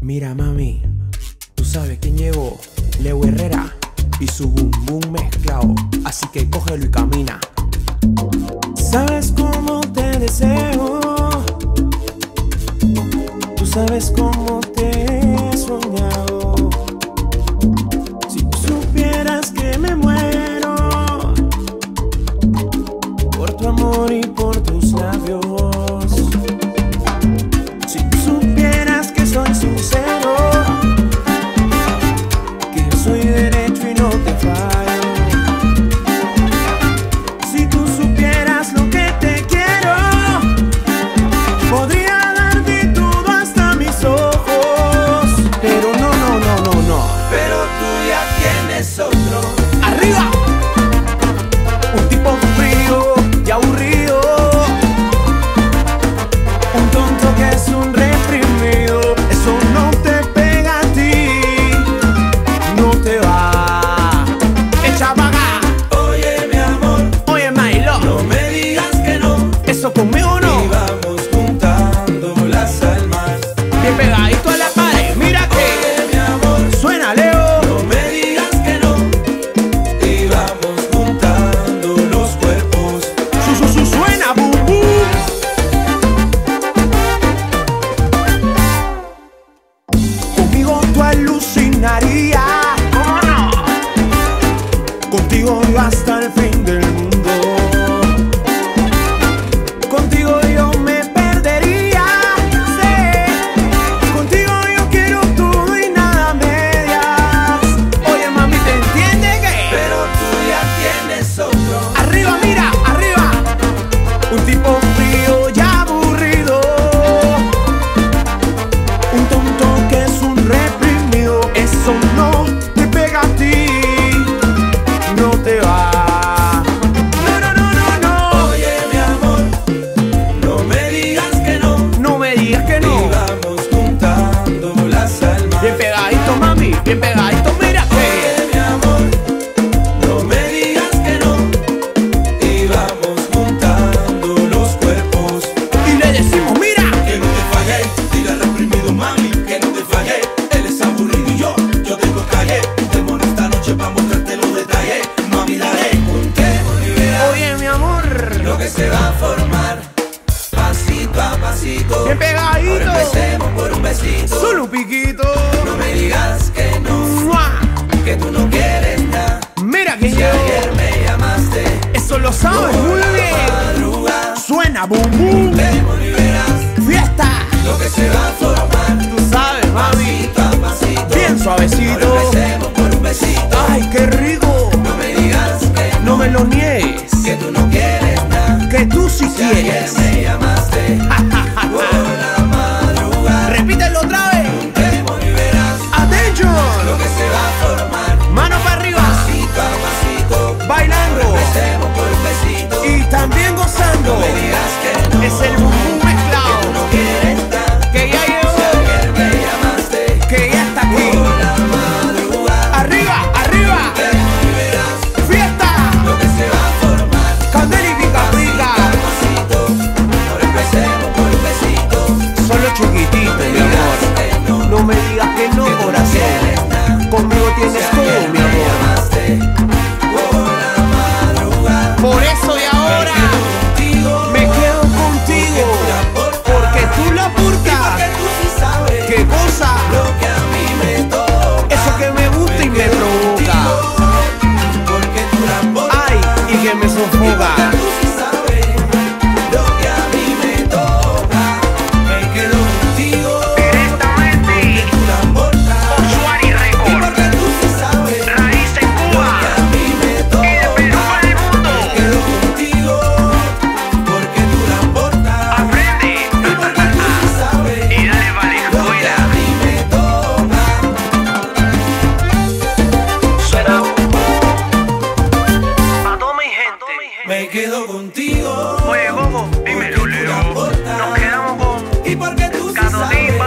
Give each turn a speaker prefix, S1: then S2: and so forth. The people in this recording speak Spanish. S1: Mira mami, tú sabes quién llegó, Leo Herrera y su boom boom mezclado, así que cógelo y camina. Sabes cómo te deseo, tú sabes cómo te he soñado. Si tú supieras que me muero por tu amor y por tus labios. Si tú supieras que soy sincero, que yo soy derecho y no te fallo. Si tú supieras lo que te quiero, podría darte todo hasta mis ojos. Pero no, no, no, no, no.
S2: pero tú ya tienes otro.
S1: ¡Arriba! Un tipo frío y aburrido. Un tonto que es un reprimido. Eso no te pega a ti. No te va. Echa vaga.
S2: Oye, mi amor,
S1: Oye, Milo.
S2: no me digas que no.
S1: Eso conmigo
S2: Y
S1: no.
S2: vamos juntando las almas.
S1: Bien pegadito a la pared. Mira que
S2: Oye, mi amor,
S1: suena Leo.
S2: no me digas que no. Y vamos juntando los cuerpos.
S1: Su, su, su, suena boom, boom. Conmigo tú alucinarías. ¿Cómo no? Contigo yo hasta el fin del mundo. Contigo yo me perdería. Sí. Contigo yo quiero todo y nada a medias. Oye, mami, ¿te entiende que?
S2: Pero tú ya tienes otro.
S1: Arriba, mira, arriba. Un tipo frío y aburrido. Un tonto que es un reprimido. Eso no te pega a ti. No te va. No, no, no, no,
S2: Oye, mi amor, no me digas que no.
S1: no. No me digas que
S2: Y
S1: no.
S2: vamos juntando las almas.
S1: Bien pegadito, mami. Bien pegadito, mira que.
S2: Oye, mi amor, no me digas que no. Y vamos juntando los cuerpos.
S1: Y le decimos, mira.
S2: Que no te fallé, dile al reprimido mami, que no te fallé. Él es aburrido y yo, yo tengo calle. Démonos esta noche pa' mostrarte los detalles. Mami, dale, juntemos, libera
S1: Oye, mi amor.
S2: lo que se va a formar. Pasito a pasito.
S1: Bien pegadito.
S2: Ahora empecemos por un besito.
S1: Solo un piquito.
S2: No me digas que no,
S1: ¡Mua!
S2: que tú no quieres nada.
S1: Mira que
S2: Si
S1: yo.
S2: ayer me llamaste,
S1: Eso lo sabes muy bien.
S2: madruga,
S1: Suena bum bum,
S2: demos y verás
S1: fiesta.
S2: lo que se va a formar.
S1: Tú sabes, mami.
S2: Pasito a pasito,
S1: Bien suavecito.
S2: ahora empecemos por un besito.
S1: Ay, qué rico.
S2: No me digas que
S1: No me lo niegues.
S2: que tú no quieres nada.
S1: Que tú sí
S2: Si ayer
S1: quieres.
S2: me llamaste, por la madruga,
S1: Repítelo otra vez.
S2: demos y verás lo
S1: Attention.
S2: que se va a formar.
S1: Mano para arriba.
S2: Pasito a pasito,
S1: Bailando.
S2: empecemos por un besito.
S1: Y también gozando.
S2: No me digas que no,
S1: Es el bum bum
S2: tú
S1: mezclado.
S2: no quieres nada.
S1: Que ya
S2: Si
S1: llegó.
S2: ayer me llamaste,
S1: Que ya está aquí.
S2: por la madruga,
S1: Arriba, arriba.
S2: demos y verás.
S1: Fiesta.
S2: Lo que se va a formar,
S1: Candela y pica
S2: a
S1: pica.
S2: pasito, ahora empecemos por un besito,
S1: Solo chiquitito, mi amor.
S2: que no
S1: No me digas que no,
S2: quieres
S1: corazón.
S2: nada.
S1: Conmigo tienes todo, Oh, mi
S2: me
S1: amor.
S2: llamaste por la madrugada,
S1: Por eso de ahora
S2: contigo,
S1: me quedo contigo. Porque tú la
S2: que
S1: purcas.
S2: tú sí sabes
S1: Qué cosa,
S2: lo que a mí me toca,
S1: eso que me gusta y me provoca.
S2: porque tú la portas,
S1: Ay, y que me sofoca.
S2: porque tú sí sabes lo que a mí me toca, me quedo contigo.
S3: Directamente, Suárez
S2: Y
S3: Record,
S2: porque tú sí sabes
S3: raíz en Cuba,
S2: a mí me
S3: y de Perú
S2: toca
S3: para el mundo.
S2: Quedo contigo porque tú la aportas
S3: Aprende
S2: Y porque tú sí sabes
S3: y dale vale
S2: lo que
S3: escuela.
S2: a mí me toca
S3: Suena A toda mi gente.
S2: Me quedo contigo
S3: Oye, Gogo,
S2: porque
S3: dímelo,
S2: tú la
S3: Leo.
S2: aportas
S3: Nos quedamos con
S2: Y porque tú sí
S3: Carolina.
S2: sabes